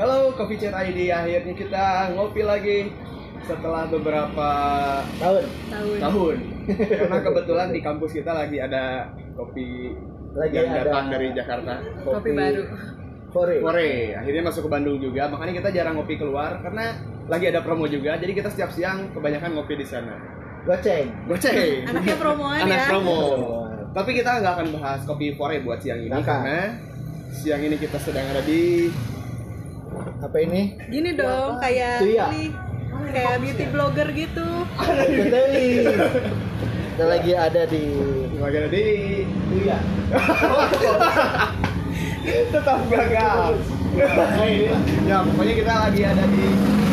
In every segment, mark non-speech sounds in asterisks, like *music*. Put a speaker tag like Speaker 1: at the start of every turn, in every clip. Speaker 1: Halo Coffee Chat ID, akhirnya kita ngopi lagi setelah beberapa
Speaker 2: tahun
Speaker 3: tahun
Speaker 1: tahun. *laughs* Karena kebetulan di kampus kita lagi ada kopi
Speaker 2: Lagi
Speaker 1: yang
Speaker 2: ada-
Speaker 1: datang dari Jakarta.
Speaker 3: kopi baru
Speaker 2: Korea.
Speaker 1: Kore, akhirnya masuk ke Bandung juga. Makanya kita jarang ngopi keluar karena lagi ada promo juga. Jadi kita setiap siang kebanyakan ngopi di sana.
Speaker 2: Goceng.
Speaker 1: Goceng.
Speaker 3: Anaknya promoan
Speaker 1: *laughs* Anak
Speaker 3: ya.
Speaker 1: promo. Tapi kita nggak akan bahas kopi Fore buat siang ini
Speaker 2: Nggak akan.
Speaker 1: karena siang ini kita sedang ada di
Speaker 2: Apa
Speaker 3: *laughs*
Speaker 2: ini?
Speaker 3: gini dong kayak
Speaker 2: Itu ya.
Speaker 3: ini kayak beauty blogger gitu
Speaker 2: Keteli. Kita lagi ada di ya,
Speaker 1: lagi ada di
Speaker 2: Tuya.
Speaker 1: tetap gagal. ya pokoknya kita lagi ada di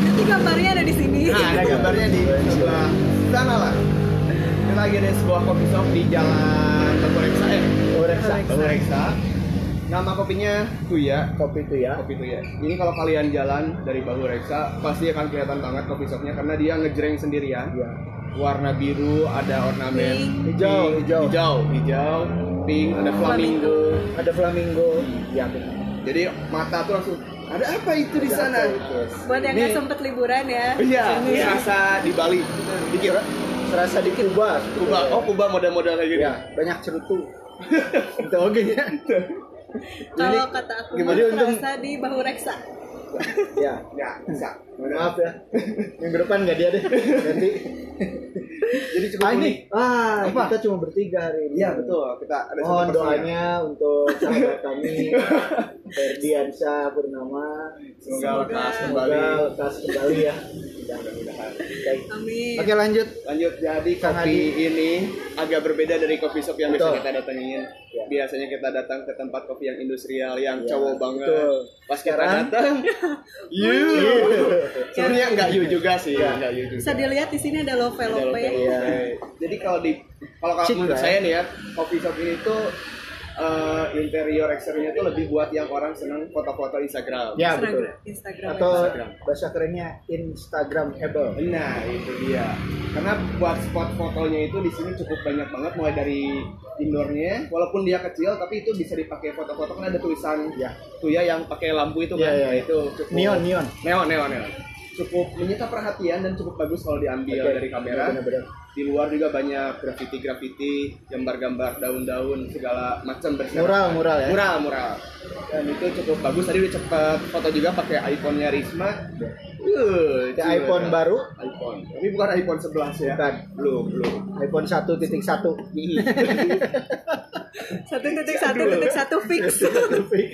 Speaker 3: nanti gambarnya ada di sini
Speaker 1: nah, ada gambarnya di sebelah sana lah. Kita lagi ada sebuah kopi shop di Jalan Tegureksa ya.
Speaker 2: Oreksa.
Speaker 1: Tegureksa. Nama kopinya Tuya.
Speaker 2: Kopi ya. Tuya.
Speaker 1: Kopi Tuya. Ini kalau kalian jalan dari Bahu Reksa pasti akan kelihatan banget kopi shopnya karena dia ngejreng sendirian.
Speaker 2: Iya.
Speaker 1: warna biru ada ornamen
Speaker 2: Pink. Hijau,
Speaker 1: pink,
Speaker 2: hijau.
Speaker 1: hijau hijau, pink ada flamingo
Speaker 2: Ada flamingo. Iya. benar.
Speaker 1: jadi mata tuh langsung ada apa itu di
Speaker 2: Ada
Speaker 1: sana
Speaker 2: apa itu?
Speaker 3: buat yang nggak
Speaker 1: Ini-
Speaker 3: sempet liburan ya
Speaker 1: iya
Speaker 3: Ini.
Speaker 1: rasa di Bali dikit
Speaker 2: Serasa di Kuba.
Speaker 1: Kuba oh Kuba model-model kayak gitu
Speaker 2: Iya. Banyak
Speaker 1: *laughs*
Speaker 2: cerutu.
Speaker 1: itu oke ya
Speaker 3: kalau kata aku mah
Speaker 1: gimana untung-
Speaker 3: terasa di bahu reksa
Speaker 2: Iya.
Speaker 1: ya bisa
Speaker 2: Maaf ya. Minggu depan nggak dia
Speaker 1: *laughs*
Speaker 2: deh. Nanti.
Speaker 1: jadi cukup
Speaker 2: Ah
Speaker 1: unik
Speaker 2: ini. Ah.
Speaker 1: Apa?
Speaker 2: Kita cuma bertiga hari ini.
Speaker 1: iya betul kita ada
Speaker 2: Mohon
Speaker 1: satu personil.
Speaker 2: Oh, doanya untuk sahabat kami Ferdiansyah Purnama
Speaker 1: semoga
Speaker 3: Semoga
Speaker 1: lekas kembali
Speaker 2: Semoga lekas kembali ya
Speaker 1: mudah-mudahan
Speaker 2: Baik.
Speaker 3: amin
Speaker 2: Oke lanjut
Speaker 1: lanjut jadi
Speaker 2: Kang
Speaker 1: kopi ini agak berbeda dari kopi shop yang biasa
Speaker 2: Betul.
Speaker 1: kita datengin
Speaker 2: Ya.
Speaker 1: biasanya kita datang ke tempat kopi yang industrial yang
Speaker 2: Ya,
Speaker 1: cowok banget
Speaker 2: betul.
Speaker 1: pas kita
Speaker 2: Sekarang- *laughs*
Speaker 1: datang you sebenarnya nggak you juga sih nggak you juga
Speaker 3: bisa dilihat di sini ada love
Speaker 1: Ada
Speaker 3: love
Speaker 1: lope-lope.
Speaker 2: Iya.
Speaker 1: jadi kalau di kalau kalau
Speaker 2: Cheap,
Speaker 1: menurut
Speaker 2: kan?
Speaker 1: saya nih ya kopi shop ini tuh eh, interior exteriornya tuh lebih buat yang orang seneng foto-foto Instagram
Speaker 2: Ya betul
Speaker 3: Instagram
Speaker 2: Atau
Speaker 1: Instagram.
Speaker 2: bahasa kerennya Instagramable
Speaker 1: Nah, itu dia. Karena buat spot fotonya itu di sini cukup banyak banget mulai dari indoornya, walaupun dia kecil tapi itu bisa dipakai foto-foto kan ada tulisan
Speaker 2: Ya.
Speaker 1: tuh ya yang pakai lampu itu kan.
Speaker 2: Ya, ya,
Speaker 1: Nah,
Speaker 2: ya.
Speaker 1: itu cukup
Speaker 2: Neon neon
Speaker 1: neon neon neon. Cukup menyita perhatian dan cukup bagus kalau diambil
Speaker 2: Oke.
Speaker 1: dari kamera.
Speaker 2: Benar-benar.
Speaker 1: Di luar juga banyak grafiti-grafiti, gambar-gambar daun-daun segala macam berserakan.
Speaker 2: Mural mural ya
Speaker 1: Mural, mural. Dan itu cukup bagus. Tadi udah cepet foto juga pakai iPhone-nya Risma. Uh,
Speaker 2: Ke iPhone baru
Speaker 1: iPhone. Tapi bukan iPhone 11 ya.
Speaker 2: Bukan.
Speaker 1: Belum, belum.
Speaker 2: iPhone 1.1
Speaker 3: satu titik satu titik satu
Speaker 1: *laughs*
Speaker 3: fix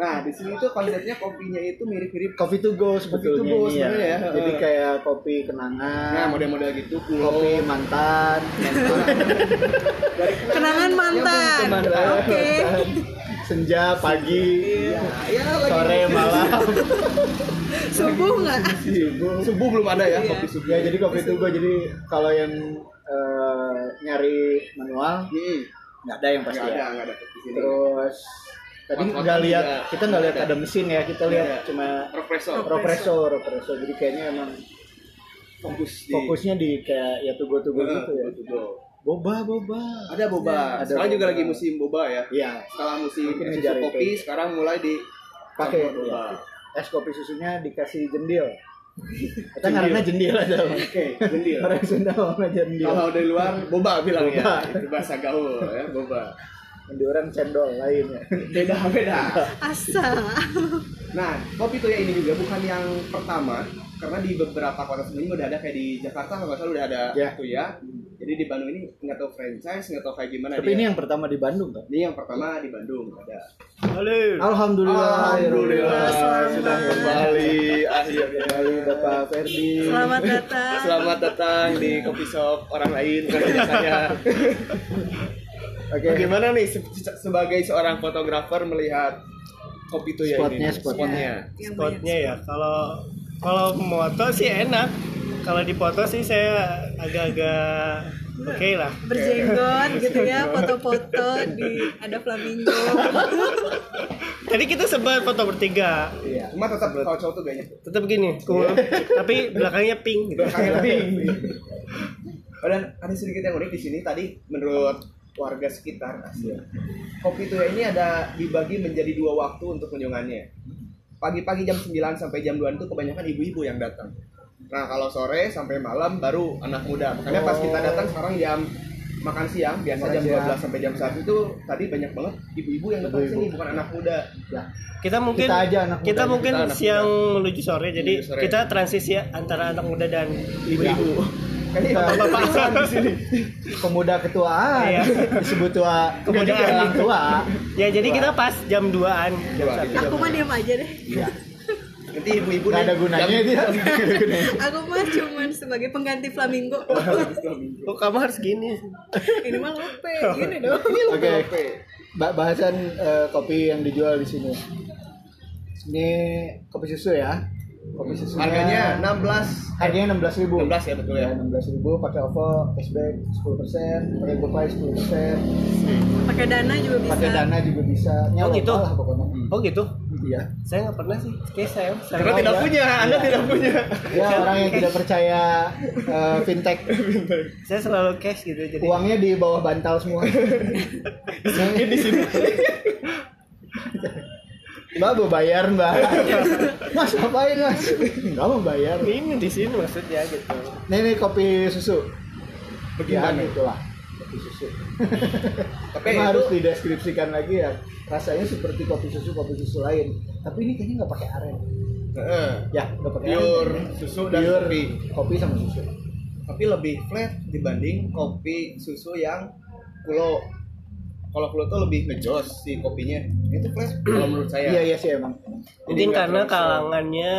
Speaker 1: nah, di sini tuh konsepnya kopinya itu mirip-mirip
Speaker 2: Coffee to go sebetulnya
Speaker 1: to go
Speaker 2: ini ya.
Speaker 1: sebenarnya ya.
Speaker 2: Jadi kayak kopi kenangan
Speaker 1: nah model-model gitu kulo.
Speaker 2: Kopi mantan
Speaker 1: Dari
Speaker 3: kenangan mantan
Speaker 2: Mantan,
Speaker 3: oke
Speaker 2: mantan. Senja, pagi,
Speaker 1: ya lagi
Speaker 2: sore, malam
Speaker 3: subuh nggak
Speaker 1: subuh. Subuh belum ada ya
Speaker 3: Iya.
Speaker 1: kopi subuh.
Speaker 2: Ya jadi kopi itu gue jadi kalau yang eh, nyari manual
Speaker 1: Hmm.
Speaker 2: nggak ada yang pasti
Speaker 1: Nggak ada,
Speaker 2: ya.
Speaker 1: nggak ada di sini.
Speaker 2: Terus tadi
Speaker 1: Hot-hot
Speaker 2: nggak lihat
Speaker 1: juga.
Speaker 2: kita nggak lihat
Speaker 1: Nggak ada.
Speaker 2: ada mesin ya kita lihat
Speaker 1: ada.
Speaker 2: cuma
Speaker 1: Represso.
Speaker 3: Rop-
Speaker 2: ropreso ropreso jadi kayaknya emang
Speaker 1: Fokus di
Speaker 2: fokusnya di kayak ya tugo tugo
Speaker 1: Eh,
Speaker 2: gitu ya
Speaker 1: tugo-tugo.
Speaker 2: boba boba
Speaker 1: Ada boba.
Speaker 2: Ada
Speaker 1: Sekarang juga
Speaker 2: boba.
Speaker 1: lagi musim boba ya.
Speaker 2: ya
Speaker 1: Setelah musim
Speaker 2: Mungkin
Speaker 1: susu
Speaker 2: ngejar itu.
Speaker 1: kopi, sekarang mulai di
Speaker 2: pakai
Speaker 1: campur boba.
Speaker 2: ya. es kopi susunya dikasih jendil kita karena jendil aja
Speaker 1: *laughs* Oke, jendil.
Speaker 2: orang Sunda ngomongnya jendil
Speaker 1: Kalau dari luar boba bilangnya.
Speaker 2: Boba.
Speaker 1: Itu bahasa gaul ya,
Speaker 2: *laughs*
Speaker 1: boba.
Speaker 2: di orang cendol lain ya
Speaker 1: Beda beda.
Speaker 3: asa
Speaker 1: Nah, kopi tuya ini juga bukan yang pertama karena di beberapa kota sebelumnya udah ada kayak di Jakarta kalau nggak salah udah ada
Speaker 2: Ya.
Speaker 1: tuya. Jadi di Bandung ini nggak tahu franchise, nggak tahu kayak gimana
Speaker 2: tapi
Speaker 1: dia.
Speaker 2: ini yang pertama di Bandung kan
Speaker 1: Ini yang pertama di Bandung ada.
Speaker 2: Iya. Alhamdulillah,
Speaker 3: Selamat.
Speaker 1: sudah kembali akhirnya.
Speaker 2: Kembali Bapak Ferdi.
Speaker 3: selamat datang
Speaker 1: Selamat datang di kopi shop orang lain kan bukan hanya saya.
Speaker 2: Oke.
Speaker 1: Bagaimana nih se- se- sebagai seorang fotografer melihat kopi tuya ini?
Speaker 2: Spotnya, spotnya.
Speaker 1: Spotnya.
Speaker 3: Iya, Yang banyak.
Speaker 4: spotnya ya kalau kalau moto sih enak kalau dipoto sih saya agak-agak oke lah
Speaker 3: berjenggot gitu ya foto-foto di ada flamingo
Speaker 4: tadi kita sempat foto bertiga
Speaker 2: Iya.
Speaker 1: Cuma tetap kalau cowok tuh gayanya
Speaker 4: tetap gini cool. tapi belakangnya pink gitu.
Speaker 2: Iya.
Speaker 1: belakangnya pink. Oh, Dan ada sedikit yang unik di sini tadi menurut warga
Speaker 2: Iya.
Speaker 1: sekitar. asli. Kopi tuya ini ada dibagi menjadi dua waktu untuk kunjungannya. pagi-pagi jam 9 sampai jam 2 itu kebanyakan ibu-ibu yang datang. Nah, kalau sore sampai malam baru anak muda. Makanya pas kita datang sekarang jam makan siang biasa
Speaker 2: Oh. Makan
Speaker 1: jam
Speaker 2: siang.
Speaker 1: 12 sampai jam 1 itu tadi banyak banget ibu-ibu yang datang
Speaker 2: Ibu-ibu.
Speaker 1: sini bukan anak muda.
Speaker 2: Nah,
Speaker 4: kita mungkin
Speaker 2: Kita aja anak
Speaker 4: kita
Speaker 2: mudanya.
Speaker 4: mungkin
Speaker 1: Kita anak
Speaker 4: siang menuju sore jadi
Speaker 1: Menuju sore.
Speaker 4: kita transisi antara anak muda dan ibu-ibu
Speaker 1: Kayaknya
Speaker 2: Kita-
Speaker 1: bapak
Speaker 4: bapak di sini
Speaker 2: pemuda ketuaan
Speaker 4: Iya.
Speaker 2: disebut tua pemuda
Speaker 4: Kemudian.
Speaker 2: orang tua
Speaker 4: ya jadi kita pas jam 2an jam
Speaker 1: Dua.
Speaker 4: satu.
Speaker 3: Aku mah diam aja deh.
Speaker 2: Iya.
Speaker 1: nanti ibu-ibu
Speaker 2: nggak
Speaker 1: nih
Speaker 2: ada gunanya
Speaker 1: jam-
Speaker 2: dia
Speaker 3: Aku mah cuman sebagai pengganti flamingo.
Speaker 4: kok kamu harus gini
Speaker 3: Ini mah lope, gini dong.
Speaker 2: oke ba- bahasan eh, kopi yang dijual di sini ini kopi susu ya kopi susu
Speaker 1: Harganya 16
Speaker 2: harganya enam belas ribu Iya,
Speaker 1: 16 ya betul ya.
Speaker 2: enam belas ribu pakai OVO cashback sepuluh persen pakai GoPay sepuluh persen
Speaker 3: Pakai dana juga bisa.
Speaker 2: pakai dana juga bisa nyawa
Speaker 4: Oh, gitu?
Speaker 2: lah pokoknya
Speaker 4: oh gitu
Speaker 2: iya
Speaker 4: saya nggak pernah sih kayak saya saya
Speaker 1: Karena
Speaker 2: Oh,
Speaker 1: tidak
Speaker 2: ya.
Speaker 1: punya, Anda
Speaker 2: Iya.
Speaker 1: tidak punya.
Speaker 2: ya orang yang tidak percaya eh, fintech
Speaker 4: saya selalu cash gitu jadi
Speaker 2: uangnya di bawah bantal semua mungkin di sini mbak mau bayar mbak mas ngapain mas nggak mau bayar
Speaker 4: ini di sini maksudnya gitu
Speaker 2: nih nih kopi susu ya
Speaker 1: Begini.
Speaker 2: gitulah kopi susu
Speaker 1: Tapi
Speaker 2: Emang
Speaker 1: itu
Speaker 2: harus dideskripsikan lagi ya rasanya seperti kopi susu kopi susu lain tapi ini kayaknya nggak pakai aren
Speaker 1: Heeh.
Speaker 2: ya nggak pakai
Speaker 1: pure
Speaker 2: aren
Speaker 1: susu dan
Speaker 2: Pure
Speaker 1: kopi.
Speaker 2: kopi sama susu
Speaker 1: Tapi lebih flat dibanding kopi susu yang kulo. Kalau kulo tuh lebih ngejos si kopinya. Itu flat kalau menurut saya.
Speaker 2: iya iya sih emang
Speaker 4: mungkin
Speaker 1: nggak
Speaker 4: karena
Speaker 1: terlalu
Speaker 4: kalangannya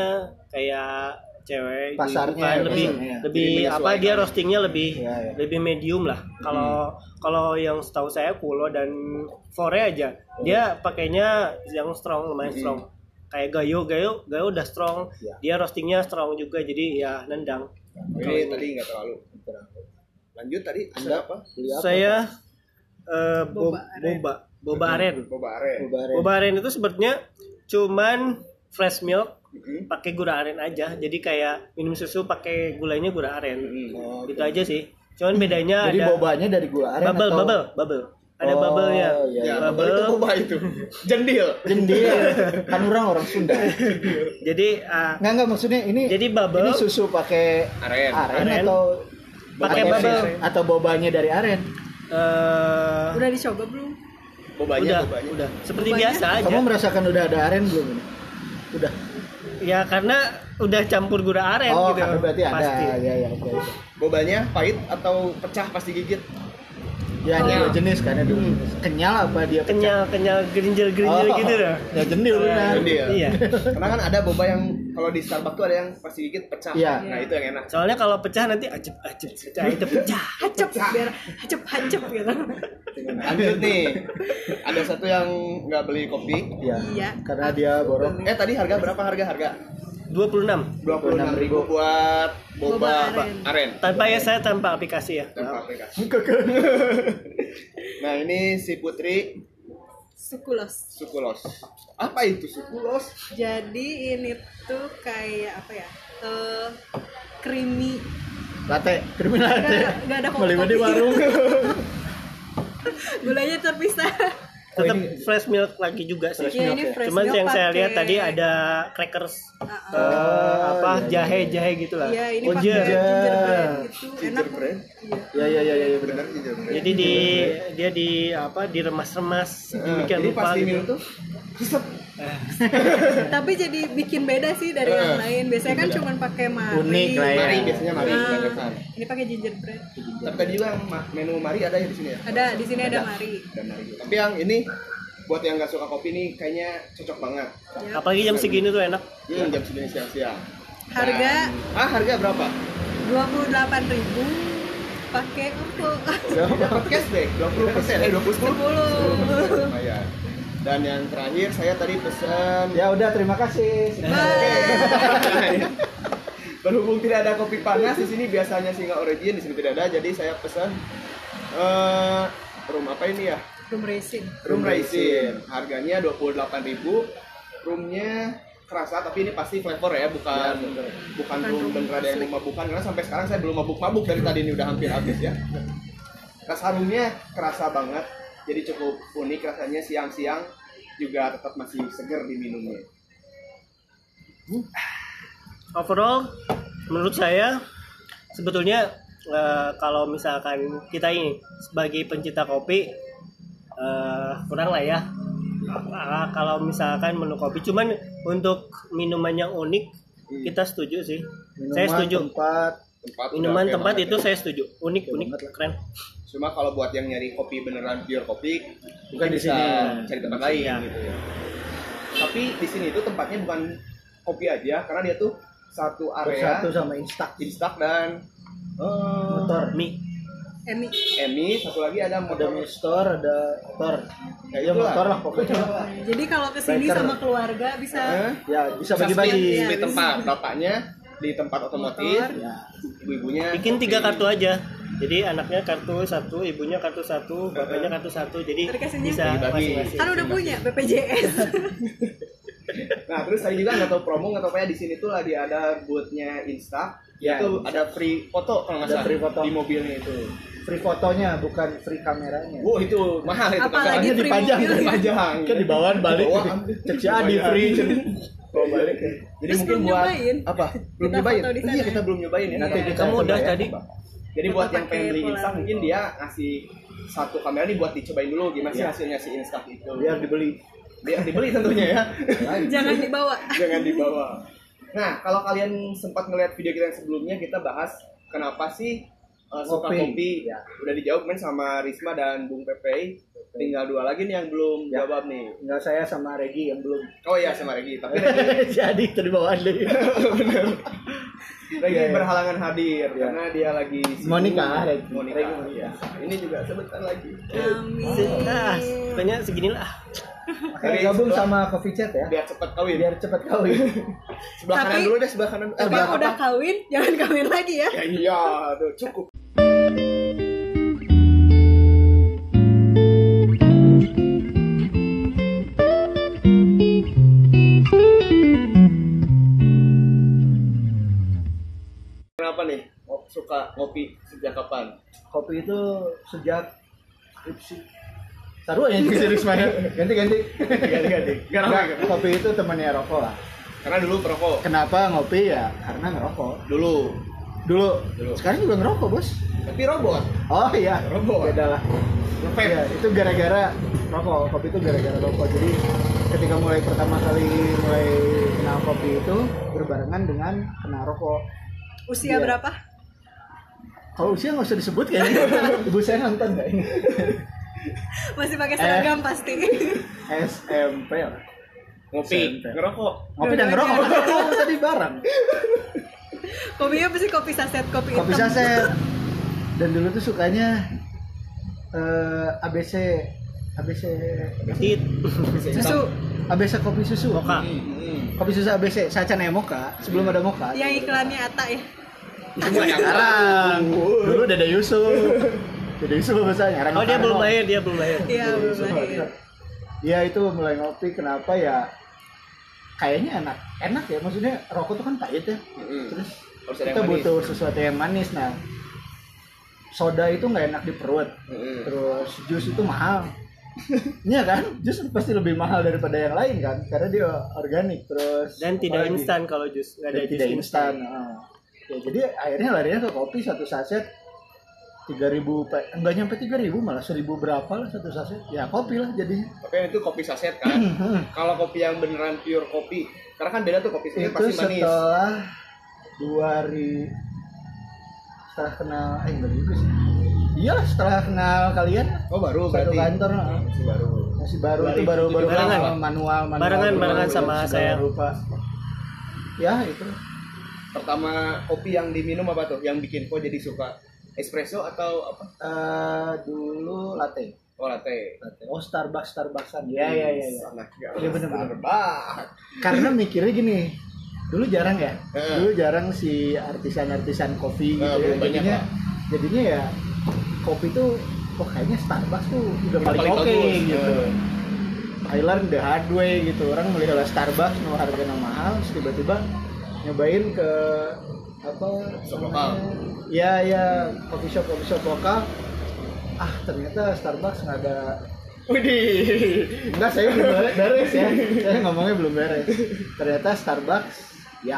Speaker 4: kayak cewek gitu
Speaker 2: Pasarnya, ya,
Speaker 4: kan, lebih
Speaker 2: pasarnya.
Speaker 4: lebih
Speaker 1: Jadi
Speaker 4: apa
Speaker 1: menyesuaikan.
Speaker 4: dia roastingnya lebih
Speaker 2: kan. Iya, Hmm. iya.
Speaker 4: lebih medium lah kalau kalau yang setahu saya kulo dan fore aja
Speaker 2: Hmm.
Speaker 4: dia pakainya yang strong lumayan strong kayak gayo gayo gayo udah strong
Speaker 2: Iya.
Speaker 4: dia roastingnya strong juga jadi ya nendang
Speaker 1: Ini tadi nggak terlalu. Lanjut tadi
Speaker 2: Anda
Speaker 1: ada apa?
Speaker 2: Beli apa?
Speaker 4: saya eh, bo-
Speaker 3: Boba
Speaker 4: boba boba aren
Speaker 1: Boba aren.
Speaker 2: Boba aren.
Speaker 4: boba aren itu sebenarnya cuman fresh milk
Speaker 1: Mm-mm.
Speaker 4: pakai gula aren aja jadi kayak minum susu pakai gulanya gula aren
Speaker 1: Mm.
Speaker 2: Oh,
Speaker 4: gitu aja sih cuman bedanya
Speaker 2: Jadi
Speaker 4: ada
Speaker 2: bobanya dari gula aren
Speaker 4: bubble
Speaker 2: atau
Speaker 4: bubble bubble
Speaker 2: Oh,
Speaker 4: ada bubble-nya
Speaker 2: iya,
Speaker 1: Ya, bubble
Speaker 4: bubble,
Speaker 1: itu boba itu. Jendil.
Speaker 2: jendil? kan orang orang Sunda.
Speaker 4: jadi ah,
Speaker 2: Nggak nggak maksudnya ini
Speaker 4: jadi bubble
Speaker 2: ini susu pakai
Speaker 1: Aren.
Speaker 2: aren,
Speaker 4: Aren.
Speaker 2: atau
Speaker 4: Pakai
Speaker 2: atau-
Speaker 4: bubble.
Speaker 2: atau bobanya dari aren.
Speaker 4: eh,
Speaker 3: Udah dicoba belum?
Speaker 1: Bobanya,
Speaker 4: udah
Speaker 1: bobanya.
Speaker 4: udah seperti
Speaker 3: Bobanya?
Speaker 4: biasa aja
Speaker 2: Kamu merasakan udah ada aren belum ini? Udah.
Speaker 4: ya karena udah campur gula aren
Speaker 2: oh,
Speaker 4: gitu
Speaker 2: karena berarti ada.
Speaker 4: pasti
Speaker 2: Ya ya oke. oke.
Speaker 1: Bobanya pahit atau pecah pas digigit?
Speaker 2: Ya ada
Speaker 1: Kenyal.
Speaker 2: dua jenis kan ada dua jenis. Kenyal apa dia pecah?
Speaker 4: Iya. Hmm. kenyal kenyal gerinjel gerinjel
Speaker 2: Oh,
Speaker 4: gitu dah
Speaker 2: Ya jendil benar.
Speaker 1: Jendil.
Speaker 4: iya
Speaker 1: Karena kan ada boba yang kalau di Starbucks tuh ada yang pas digigit pecah.
Speaker 2: Iya.
Speaker 1: Nah, itu yang enak.
Speaker 4: soalnya kalau pecah nanti acep acep pecah itu pecah
Speaker 3: Hacep biar hacep hacep gitu.
Speaker 1: Lanjut nih. Ada satu yang nggak beli kopi.
Speaker 2: Iya.
Speaker 3: Iya.
Speaker 2: Karena dia borong.
Speaker 1: Eh tadi harga berapa harga harga?
Speaker 4: 26
Speaker 1: 26.000 buat boba,
Speaker 3: Boba
Speaker 1: apa? aren.
Speaker 4: tanpa ya saya tanpa aplikasi ya
Speaker 1: Tanpa aplikasi. *laughs* Nah, ini si Putri
Speaker 3: Sukulos.
Speaker 1: Sukulos. Apa itu Sukulos?
Speaker 3: Jadi ini tuh kayak apa ya? Eh creamy.
Speaker 2: Latte, kriminal latte.
Speaker 3: Nggak- nggak ada
Speaker 2: Beli
Speaker 3: kopi.
Speaker 2: di warung.
Speaker 3: Gulanya terpisah.
Speaker 2: Oh,
Speaker 4: tetap
Speaker 2: ini-
Speaker 4: fresh milk lagi juga sih
Speaker 2: Fresh
Speaker 3: ya ini
Speaker 2: milk ya.
Speaker 3: fresh
Speaker 4: cuman
Speaker 3: milk
Speaker 4: yang saya
Speaker 3: pakai-
Speaker 4: lihat tadi ada crackers
Speaker 3: Ah,
Speaker 4: eh, apa
Speaker 2: iya,
Speaker 4: jahe jahe gitu lah
Speaker 3: Iya, ini pakai
Speaker 4: Ginger.
Speaker 2: Oh, Ginger.
Speaker 3: gingerbread gitu. Enak.
Speaker 1: Gingerbread?
Speaker 3: Iya.
Speaker 2: Ya ya ya ya, ya benar.
Speaker 1: Benar gingerbread.
Speaker 4: jadi di dia di apa
Speaker 2: Ah,
Speaker 4: diremas-remas
Speaker 1: Eh,
Speaker 4: demikian
Speaker 1: jadi
Speaker 4: rupa
Speaker 1: pas diminum
Speaker 4: gitu.
Speaker 1: tuh kesep.
Speaker 3: Tapi jadi bikin beda sih dari yang
Speaker 1: Eh,
Speaker 3: lain. Biasanya kan cuman pakai mari.
Speaker 2: Unik lah ya.
Speaker 1: Mari biasanya mari
Speaker 3: Ah,
Speaker 1: kebanyakan.
Speaker 3: ini pakai gingerbread.
Speaker 1: Tapi tadi juga yang ma- menu mari ada ya di sini ya?
Speaker 3: Ada di sini ada mari.
Speaker 1: Dan mari juga. Tapi yang ini buat yang nggak suka kopi nih kayaknya cocok banget.
Speaker 3: Ya.
Speaker 4: apalagi jam segini tuh enak
Speaker 1: Hmm, jam segini siang-siang.
Speaker 3: Harga?
Speaker 1: Dan- ah harga berapa?
Speaker 3: 28.000 pakai apa?
Speaker 1: Dapat cashback 20 persen, eh 20
Speaker 3: 10.
Speaker 1: Lumayan. Dan yang terakhir saya tadi pesan.
Speaker 2: Ya udah terima kasih.
Speaker 3: Bye.
Speaker 1: *laughs* Berhubung tidak ada kopi panas di sini biasanya singa origin di sini tidak ada, jadi saya pesan eh room apa ini ya?
Speaker 3: Room racing.
Speaker 1: Room raisin. Harganya 28.000. Roomnya kerasa tapi ini pasti flavor ya bukan bukan room bener ada yang memabukan karena sampai sekarang saya belum mabuk-mabuk dari tadi ini udah hampir habis ya rasa roomnya kerasa banget jadi cukup unik rasanya siang-siang juga tetap masih seger diminumnya
Speaker 4: overall menurut saya sebetulnya eh, kalau misalkan kita ini sebagai pencinta kopi eh, kurang lah ya Ah, kalau misalkan menu kopi cuman untuk minuman yang unik
Speaker 1: Hmm.
Speaker 4: kita setuju sih
Speaker 2: Minuman,
Speaker 4: saya setuju
Speaker 2: tempat
Speaker 1: tempat udah
Speaker 4: minuman
Speaker 1: oke
Speaker 4: tempat
Speaker 1: banget
Speaker 4: itu
Speaker 1: ya.
Speaker 4: saya setuju unik
Speaker 2: Oke
Speaker 4: unik
Speaker 2: banget lah.
Speaker 4: keren
Speaker 1: cuma kalau buat yang nyari kopi beneran pure kopi bukan
Speaker 4: di
Speaker 1: bisa
Speaker 4: sini.
Speaker 1: cari tempat lain
Speaker 4: Iya.
Speaker 1: gitu ya tapi di sini itu tempatnya bukan kopi aja karena dia tuh satu area
Speaker 2: bersatu sama instak
Speaker 1: instak dan eh,
Speaker 2: motor
Speaker 4: mie
Speaker 3: Emi
Speaker 1: Emi satu lagi ada
Speaker 2: ada
Speaker 1: motor
Speaker 2: motor ada motor
Speaker 1: ya
Speaker 2: ya
Speaker 1: itulah.
Speaker 2: motor lah pokoknya
Speaker 3: jadi kalau kesini
Speaker 2: Biker.
Speaker 3: sama keluarga bisa
Speaker 1: Hah?
Speaker 2: ya
Speaker 1: Bisa
Speaker 2: bisa
Speaker 1: split,
Speaker 2: bagi-bagi
Speaker 1: split
Speaker 3: Iya,
Speaker 1: tempat bapaknya di tempat otomotif
Speaker 3: Motor.
Speaker 2: ya
Speaker 1: ibu-ibunya
Speaker 4: bikin
Speaker 1: kopi.
Speaker 4: tiga kartu aja jadi anaknya kartu satu ibunya kartu satu bapaknya kartu satu jadi
Speaker 3: Terkasihnya.
Speaker 4: bisa
Speaker 1: Dibagi.
Speaker 4: masing-masing
Speaker 3: kan udah punya
Speaker 2: *laughs*
Speaker 3: BPJS
Speaker 1: Nah, terus saya juga nggak tahu promo, nggak tahu apa ya di sini tuh lagi ada boothnya Insta.
Speaker 2: Ya,
Speaker 1: itu ada free foto kalau nggak
Speaker 2: Ada
Speaker 1: salah
Speaker 2: free foto.
Speaker 1: di mobilnya itu.
Speaker 2: free fotonya bukan free kameranya
Speaker 1: Wow, Oh, itu mahal itu
Speaker 3: Apalagi
Speaker 1: masalahnya.
Speaker 3: free
Speaker 2: dipajang,
Speaker 3: mobil.
Speaker 1: dipajang.
Speaker 2: kan dibawa balik
Speaker 1: Dibawa.
Speaker 2: ceci di free
Speaker 1: Bawa balik.
Speaker 2: ya.
Speaker 1: Jadi
Speaker 3: Terus
Speaker 1: mungkin
Speaker 3: belum
Speaker 1: buat
Speaker 3: nyobain.
Speaker 1: apa? Belum
Speaker 3: Kita
Speaker 1: nyobain.
Speaker 3: foto di sana.
Speaker 1: Iya, kita belum nyobain ya.
Speaker 2: Nanti
Speaker 1: Iya.
Speaker 2: kita
Speaker 4: kamu
Speaker 2: coba
Speaker 4: udah
Speaker 2: ya.
Speaker 4: tadi
Speaker 1: Jadi
Speaker 3: Foto
Speaker 1: buat yang pengen
Speaker 3: pakai gitu.
Speaker 1: beli
Speaker 3: pola.
Speaker 1: Insta mungkin dia ngasih satu kamera ini buat dicobain dulu gimana sih
Speaker 2: Iya.
Speaker 1: hasilnya si Insta itu.
Speaker 2: biar dibeli
Speaker 1: biar dibeli tentunya ya.
Speaker 2: *laughs*
Speaker 3: jangan dibawa
Speaker 1: jangan dibawa. Nah, kalau kalian sempat ngelihat video kita yang sebelumnya, kita bahas kenapa sih uh, suka
Speaker 2: Kopi.
Speaker 1: kopi.
Speaker 2: Ya.
Speaker 1: Udah dijawab main sama Risma dan Bung Pepe. Tinggal dua lagi nih yang belum
Speaker 2: Ya.
Speaker 1: jawab nih.
Speaker 2: tinggal saya sama Regi yang belum
Speaker 1: Oh iya sama Regi, tapi Regi,
Speaker 2: jadi terbawaan deh
Speaker 1: Regi
Speaker 2: *laughs* Iya, iya.
Speaker 1: berhalangan hadir
Speaker 2: Iya.
Speaker 1: karena dia lagi sibuk.
Speaker 2: Mau nikah, Regi.
Speaker 1: Mau nikah,
Speaker 2: Regi mau nikah.
Speaker 1: iya. Ini juga sebentar lagi.
Speaker 3: Amin
Speaker 4: Nah, pokoknya seginilah.
Speaker 2: makanya gabung sama Coffee Chat ya
Speaker 1: Biar cepet kawin.
Speaker 2: biar cepet kawin
Speaker 1: *laughs*
Speaker 2: Oh,
Speaker 1: Sebelah
Speaker 3: Tapi-
Speaker 1: kanan dulu deh, sebelah kanan. Eh,
Speaker 3: tapi
Speaker 1: sebelah
Speaker 3: kalau udah kawin jangan kawin lagi ya
Speaker 1: Ya iya, tuh cukup. Kenapa nih ngop- suka ngopi sejak kapan?
Speaker 2: kopi itu sejak skripsi taruh aja di serius ganti ganti ganti ganti
Speaker 1: Nggak apa-apa.
Speaker 2: kopi itu temannya rokok lah
Speaker 1: Karena dulu perokok.
Speaker 2: kenapa ngopi ya karena ngerokok
Speaker 1: Dulu.
Speaker 2: dulu,
Speaker 1: Dulu.
Speaker 2: sekarang juga ngerokok bos
Speaker 1: Tapi robot.
Speaker 2: oh iya
Speaker 1: Ngerokok.
Speaker 2: beda lah
Speaker 1: Ngevape.
Speaker 2: Iya, itu gara-gara rokok kopi itu gara-gara rokok jadi ketika mulai pertama kali mulai kenal kopi itu berbarengan dengan kenal rokok Iya.
Speaker 3: usia berapa
Speaker 2: kalau usia nggak usah disebut kayaknya ibu saya nonton nggak ini
Speaker 3: masih pakai
Speaker 2: Eh.
Speaker 3: seragam pasti *laughs*
Speaker 2: SMP lah
Speaker 1: Ngopi,
Speaker 2: Santai.
Speaker 1: ngerokok.
Speaker 2: ya? Ngopi dan ngerokok *laughs* tadi bareng.
Speaker 3: kopinya pasti kopi saset kopi,
Speaker 2: Kopi
Speaker 3: hitam
Speaker 2: saset. Dan dulu tuh sukanya eh, ABC ABC
Speaker 4: Tit,
Speaker 3: susu
Speaker 2: ABC kopi susu.
Speaker 4: Moka.
Speaker 1: Hmm.
Speaker 2: Kopi susu ABC, sacan Moka, sebelum ada Moka.
Speaker 3: yang iklannya Ata ya
Speaker 1: Cuma yang
Speaker 2: Sekarang dulu Dede Yusuf. Dede Yusuf bahasanya.
Speaker 4: Oh dia belum lahir, dia belum lahir.
Speaker 3: iya belum lahir
Speaker 2: Iya itu mulai ngopi kenapa ya? Kayaknya enak, enak ya. Maksudnya rokok tuh kan pahit ya.
Speaker 1: Hmm.
Speaker 2: Terus
Speaker 1: Harus ada yang
Speaker 2: kita
Speaker 1: manis.
Speaker 2: butuh sesuatu yang manis. Nah, soda itu nggak enak di perut.
Speaker 1: Hmm.
Speaker 2: Terus jus itu
Speaker 4: *laughs*
Speaker 2: mahal. Iya kan? Jus pasti lebih mahal daripada yang lain kan? Karena dia organik terus
Speaker 4: Dan tidak
Speaker 2: apalagi?
Speaker 4: instan kalau jus, nggak
Speaker 2: Dan
Speaker 4: ada
Speaker 2: tidak
Speaker 4: jus
Speaker 2: instan. Ah. Ya, jadi akhirnya larinya ke kopi satu saset 3000 pe- enggak nyampe 3000 malah 1000 berapa lah satu saset. Ya kopi lah jadinya.
Speaker 1: Tapi yang itu kopi saset kan. Kalau kopi yang beneran pure kopi, karena kan beda tuh kopi saset
Speaker 2: itu
Speaker 1: pasti manis.
Speaker 2: setelah 2000 setelah kenal eh enggak juga sih. Iyalah setelah kenal kalian
Speaker 1: Oh baru berarti.
Speaker 2: satu
Speaker 1: Hmm,
Speaker 2: kantor. ah.
Speaker 1: Masih baru.
Speaker 2: masih baru itu baru baru
Speaker 4: Barengan.
Speaker 2: baru manual manual
Speaker 4: Barengan,
Speaker 2: manual,
Speaker 4: barengan sama
Speaker 2: segala
Speaker 4: saya.
Speaker 2: rupa ya itu
Speaker 1: Pertama kopi yang diminum apa tuh? Yang bikin kok jadi suka espresso atau apa?
Speaker 2: Eh, dulu latte
Speaker 1: Oh latte. Nah,
Speaker 2: latte oh Starbucks Starbucksan ya
Speaker 1: iya,
Speaker 2: ya ya, ya.
Speaker 1: Anak
Speaker 2: Iya, bener-bener.
Speaker 1: Starbucks.
Speaker 2: karena mikirnya gini dulu jarang ya
Speaker 1: Heeh.
Speaker 2: dulu jarang si artisan-artisan
Speaker 1: Nah,
Speaker 2: kopi gitu ya.
Speaker 1: Eh. belum banyak,
Speaker 2: jadinya
Speaker 1: Pak.
Speaker 2: jadinya ya kopi tuh kok kayaknya Starbucks tuh udah
Speaker 1: Yang
Speaker 2: paling, oke
Speaker 1: bagus.
Speaker 2: gitu
Speaker 1: Eh,
Speaker 2: I learned the hard way gitu orang melihat Starbucks no harganya mahal terus tiba-tiba nyobain ke apa
Speaker 1: Shop
Speaker 2: namanya? ya ya coffee shop coffee shop lokal ah ternyata Starbucks nggak ada
Speaker 1: Widih.
Speaker 2: enggak saya belum beres ya saya ngomongnya belum beres ternyata Starbucks Ya.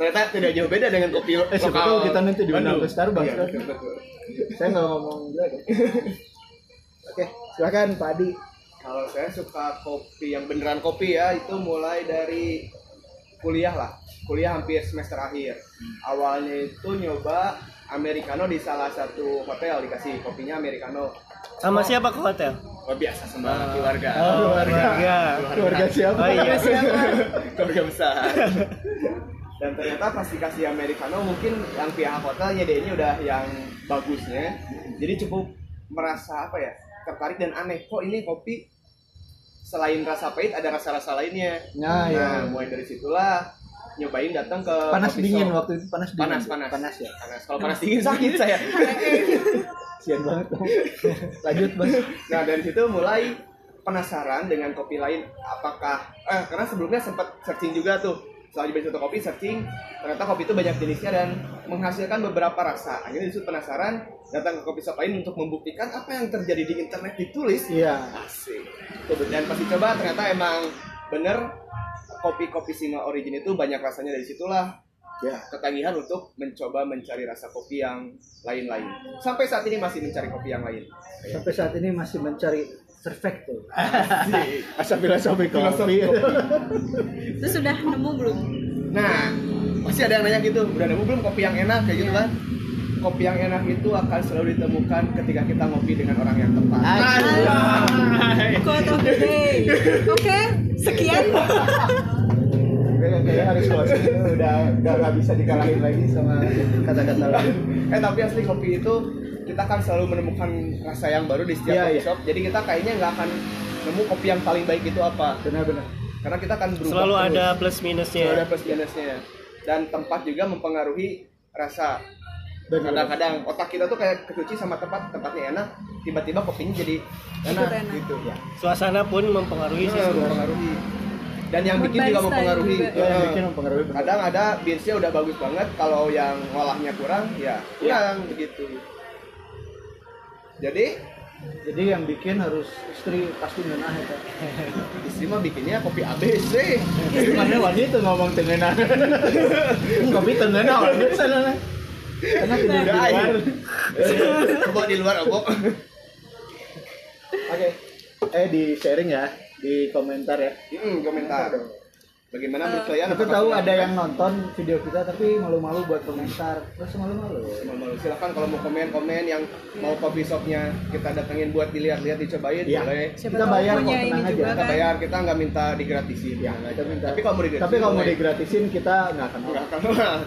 Speaker 1: Ternyata tidak jauh beda dengan kopi lo-
Speaker 2: Eh,
Speaker 1: lokal.
Speaker 2: siapa tahu kita nanti diundang
Speaker 1: Bandung.
Speaker 2: ke Starbucks,
Speaker 1: Iya,
Speaker 2: kan?
Speaker 1: betul, betul.
Speaker 2: Saya nggak ngomong jelek. ya. Oke, silakan Pak Adi.
Speaker 1: Kalau saya suka kopi yang beneran kopi ya, itu mulai dari kuliah lah. Kuliah hampir semester akhir. Hmm. Awalnya itu nyoba americano di salah satu hotel dikasih kopinya americano.
Speaker 4: Sama siapa ke hotel?
Speaker 1: Oh, biasa sembarang keluarga.
Speaker 4: Oh, keluarga.
Speaker 2: Keluarga siapa?
Speaker 4: Oh iya.
Speaker 1: *laughs* keluarga besar dan ternyata pas dikasih americano mungkin yang pihak hotel nyediainnya udah yang bagusnya jadi cukup merasa apa ya tertarik dan aneh kok ini kopi selain rasa pahit ada rasa-rasa lainnya
Speaker 2: Nah, iya.
Speaker 1: mulai dari situlah nyobain datang ke
Speaker 2: Panas
Speaker 1: coffee
Speaker 2: dingin
Speaker 1: shop.
Speaker 2: waktu itu panas dingin.
Speaker 1: panas panas
Speaker 2: Panas ya.
Speaker 1: panas kalau panas dingin sakit saya
Speaker 2: *laughs* Sian banget. kamu. Lanjut, Mas.
Speaker 1: Nah dari situ mulai penasaran dengan kopi lain apakah eh, karena sebelumnya sempat searching juga tuh soal nyobain satu kopi searching ternyata kopi itu banyak jenisnya dan menghasilkan beberapa rasa akhirnya justru penasaran datang ke kopi shop lain untuk membuktikan apa yang terjadi di internet ditulis
Speaker 2: Iya.
Speaker 1: asik Tuh, dan pas dicoba ternyata emang bener kopi-kopi single origin itu banyak rasanya dari situlah
Speaker 2: Ya.
Speaker 1: ketagihan untuk mencoba mencari rasa kopi yang lain-lain sampai saat ini masih mencari kopi yang lain
Speaker 2: Sampai saat ini masih mencari perfecto.
Speaker 1: Asik.
Speaker 2: Asa filosofi
Speaker 1: Filosofi
Speaker 2: kopi.
Speaker 3: Terus sudah nemu belum?
Speaker 1: Nah, pasti ada yang nanya gitu, udah nemu belum kopi yang enak kayak gitu kan? Kopi yang enak itu akan selalu ditemukan ketika kita ngopi dengan orang yang tepat.
Speaker 2: Eh.
Speaker 3: Quote of the day. Oke, sekian.
Speaker 2: Kayaknya harus closing dulu, udah udah nggak bisa dikalahin lagi sama kata-kata *laughs* lain.
Speaker 1: eh tapi asli kopi itu kita kan selalu menemukan rasa yang baru di setiap coffee
Speaker 2: Iya, iya.
Speaker 1: shop. Jadi kita kayaknya nggak akan nemu kopi yang paling baik itu apa.
Speaker 2: Benar-benar.
Speaker 1: Karena kita akan berubah.
Speaker 4: Selalu
Speaker 1: terus.
Speaker 4: ada plus
Speaker 1: Selalu ada
Speaker 2: ya.
Speaker 4: minusnya.
Speaker 1: plus minusnya. Dan tempat juga mempengaruhi rasa. Kadang-kadang otak kita tuh kayak kecuci sama tempat, tempatnya enak, tiba-tiba kopinya jadi enak,
Speaker 3: Ikut enak.
Speaker 1: gitu. Ya.
Speaker 2: Iya.
Speaker 4: Suasana pun mempengaruhi sih.
Speaker 1: Iya, mempengaruhi. Dan yang
Speaker 3: Mood
Speaker 1: bikin juga
Speaker 3: lifestyle
Speaker 1: mempengaruhi.
Speaker 3: juga.
Speaker 2: Ya, yang
Speaker 1: Eh,
Speaker 2: bikin mempengaruhi benar.
Speaker 1: Kadang ada beansnya udah bagus banget, kalau yang olahnya kurang, ya kurang
Speaker 2: Iya.
Speaker 1: begitu. Jadi
Speaker 2: Jadi yang bikin harus istri pasti mengenah ya. Pak.
Speaker 1: istri mah bikinnya kopi
Speaker 2: *laughs*
Speaker 1: ABC.
Speaker 2: Mana wanita ngomong tengenah. Kopi tengenah orang biasa lah. Karena tidak
Speaker 1: Udah,
Speaker 2: di luar.
Speaker 1: ayo. Coba di luar Hmm, obok.
Speaker 2: Oke. Eh di sharing ya, di komentar ya.
Speaker 1: Hmm, komentar. Bagaimana menurut kalian?
Speaker 2: Aku
Speaker 1: apakah
Speaker 2: tahu
Speaker 1: sudah-
Speaker 2: ada yang nonton video kita tapi malu-malu buat komentar. Terus malu-malu.
Speaker 1: Malu-malu. silakan kalau mau komen-komen yang mau coffee shopnya kita datengin buat dilihat-lihat dicobain
Speaker 2: Iya.
Speaker 1: boleh.
Speaker 3: Siapa
Speaker 2: Kita
Speaker 3: tahu
Speaker 2: bayar kok,
Speaker 3: punya ini
Speaker 2: tenang aja.
Speaker 3: juga
Speaker 1: Kita
Speaker 3: kan?
Speaker 1: bayar, kita nggak minta digratisin. Nah,
Speaker 2: Ya, kita minta.
Speaker 1: Iya. Tapi kalau mau digratisin,
Speaker 2: Tapi kalau mau
Speaker 1: boleh. Iya.
Speaker 2: digratisin kita nggak akan
Speaker 1: Nggak akan menang.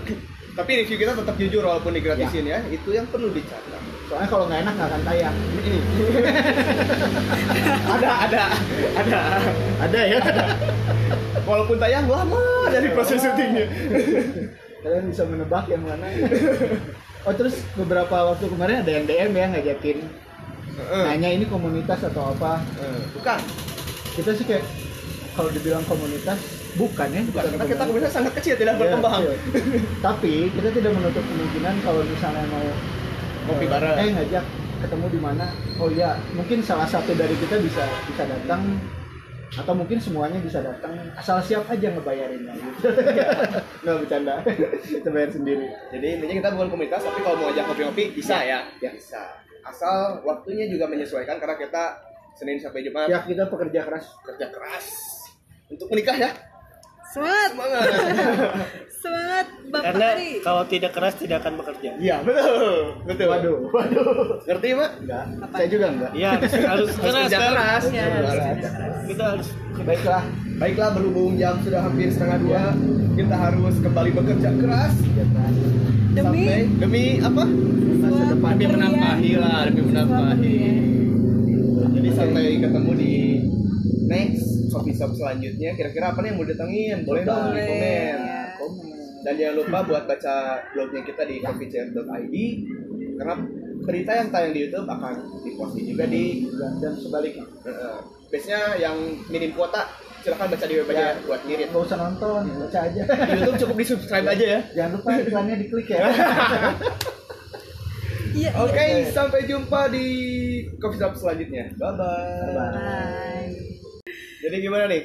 Speaker 1: Tapi review kita tetap jujur walaupun digratisin ya. Itu yang perlu dicatat.
Speaker 2: Soalnya kalau nggak enak nggak akan tayang. *laughs*
Speaker 1: ada, ada, ada.
Speaker 2: Ada ya.
Speaker 1: Walaupun tayang lama dari proses syutingnya.
Speaker 2: Kalian bisa menebak yang
Speaker 1: *laughs*
Speaker 2: mana. Oh terus beberapa waktu kemarin ada yang DM ya ngajakin
Speaker 1: Heeh.
Speaker 2: nanya ini komunitas atau apa?
Speaker 1: Heeh. Bukan,
Speaker 2: Kita sih kayak kalau dibilang komunitas bukan ya
Speaker 1: bukan. Karena kita
Speaker 2: komunitas.
Speaker 1: kemudian sangat kecil tidak
Speaker 2: Iya,
Speaker 1: berkembang.
Speaker 2: iya. Tapi kita tidak menutup kemungkinan kalau misalnya mau
Speaker 1: Kopi
Speaker 2: eh,
Speaker 1: bareng.
Speaker 2: Eh ngajak ketemu di mana? Oh iya, mungkin salah satu dari kita bisa bisa datang atau mungkin semuanya bisa datang asal siap aja
Speaker 1: *laughs*
Speaker 2: ngebayarinnya gitu. Nggak bercanda. kita bayar sendiri.
Speaker 1: Jadi intinya kita bukan komunitas, tapi kalau mau ajak ngopi-ngopi bisa ya.
Speaker 2: Ya.
Speaker 1: Bisa. Asal waktunya juga menyesuaikan karena kita Senin sampai Jumat
Speaker 2: Ya kita pekerja keras.
Speaker 1: kerja keras untuk menikah ya.
Speaker 3: Semangat,
Speaker 1: Semangat.
Speaker 3: semangat Bapak
Speaker 4: Karena
Speaker 3: Ari.
Speaker 4: kalau tidak keras tidak akan bekerja.
Speaker 1: *laughs* Iya, betul. Betul.
Speaker 2: Waduh, waduh.
Speaker 1: Ngerti, Mak?
Speaker 2: Enggak. Saya juga enggak.
Speaker 4: Iya, harus harus
Speaker 1: Harus
Speaker 4: keras.
Speaker 1: kerja
Speaker 4: kan?
Speaker 1: keras.
Speaker 3: Ya, harus kerja keras.
Speaker 4: Kita harus
Speaker 1: Baiklah, baiklah berhubung jam sudah hampir setengah dua, kita harus kembali bekerja keras
Speaker 2: Kerja keras.
Speaker 3: Demi
Speaker 1: sampai demi apa?
Speaker 2: Masa depan.
Speaker 1: Demi menafkahi lah, demi menafkahi.
Speaker 3: Iya,
Speaker 1: Jadi sampai ketemu di next coffee shop selanjutnya. Kira-kira apa nih yang mau datengin? Boleh dong di
Speaker 3: Boleh.
Speaker 1: komen.
Speaker 3: Ya.
Speaker 2: Komen.
Speaker 1: Dan jangan lupa buat baca blognya kita di coffeechair.id karena berita yang tayang di YouTube akan diposting juga di
Speaker 2: Dan sebaliknya.
Speaker 1: eh, biasanya yang minim kuota silahkan baca di web aja
Speaker 2: Ya.
Speaker 1: buat ngirit.
Speaker 2: Nggak usah nonton, baca aja.
Speaker 1: Di YouTube cukup di subscribe aja ya.
Speaker 2: Jangan lupa iklannya diklik ya.
Speaker 3: Iya,
Speaker 2: Oh.
Speaker 1: Oke,
Speaker 3: iya.
Speaker 1: sampai jumpa di coffee shop selanjutnya. Bye bye.
Speaker 2: Bye-bye.
Speaker 3: Bye.
Speaker 1: Jadi gimana nih?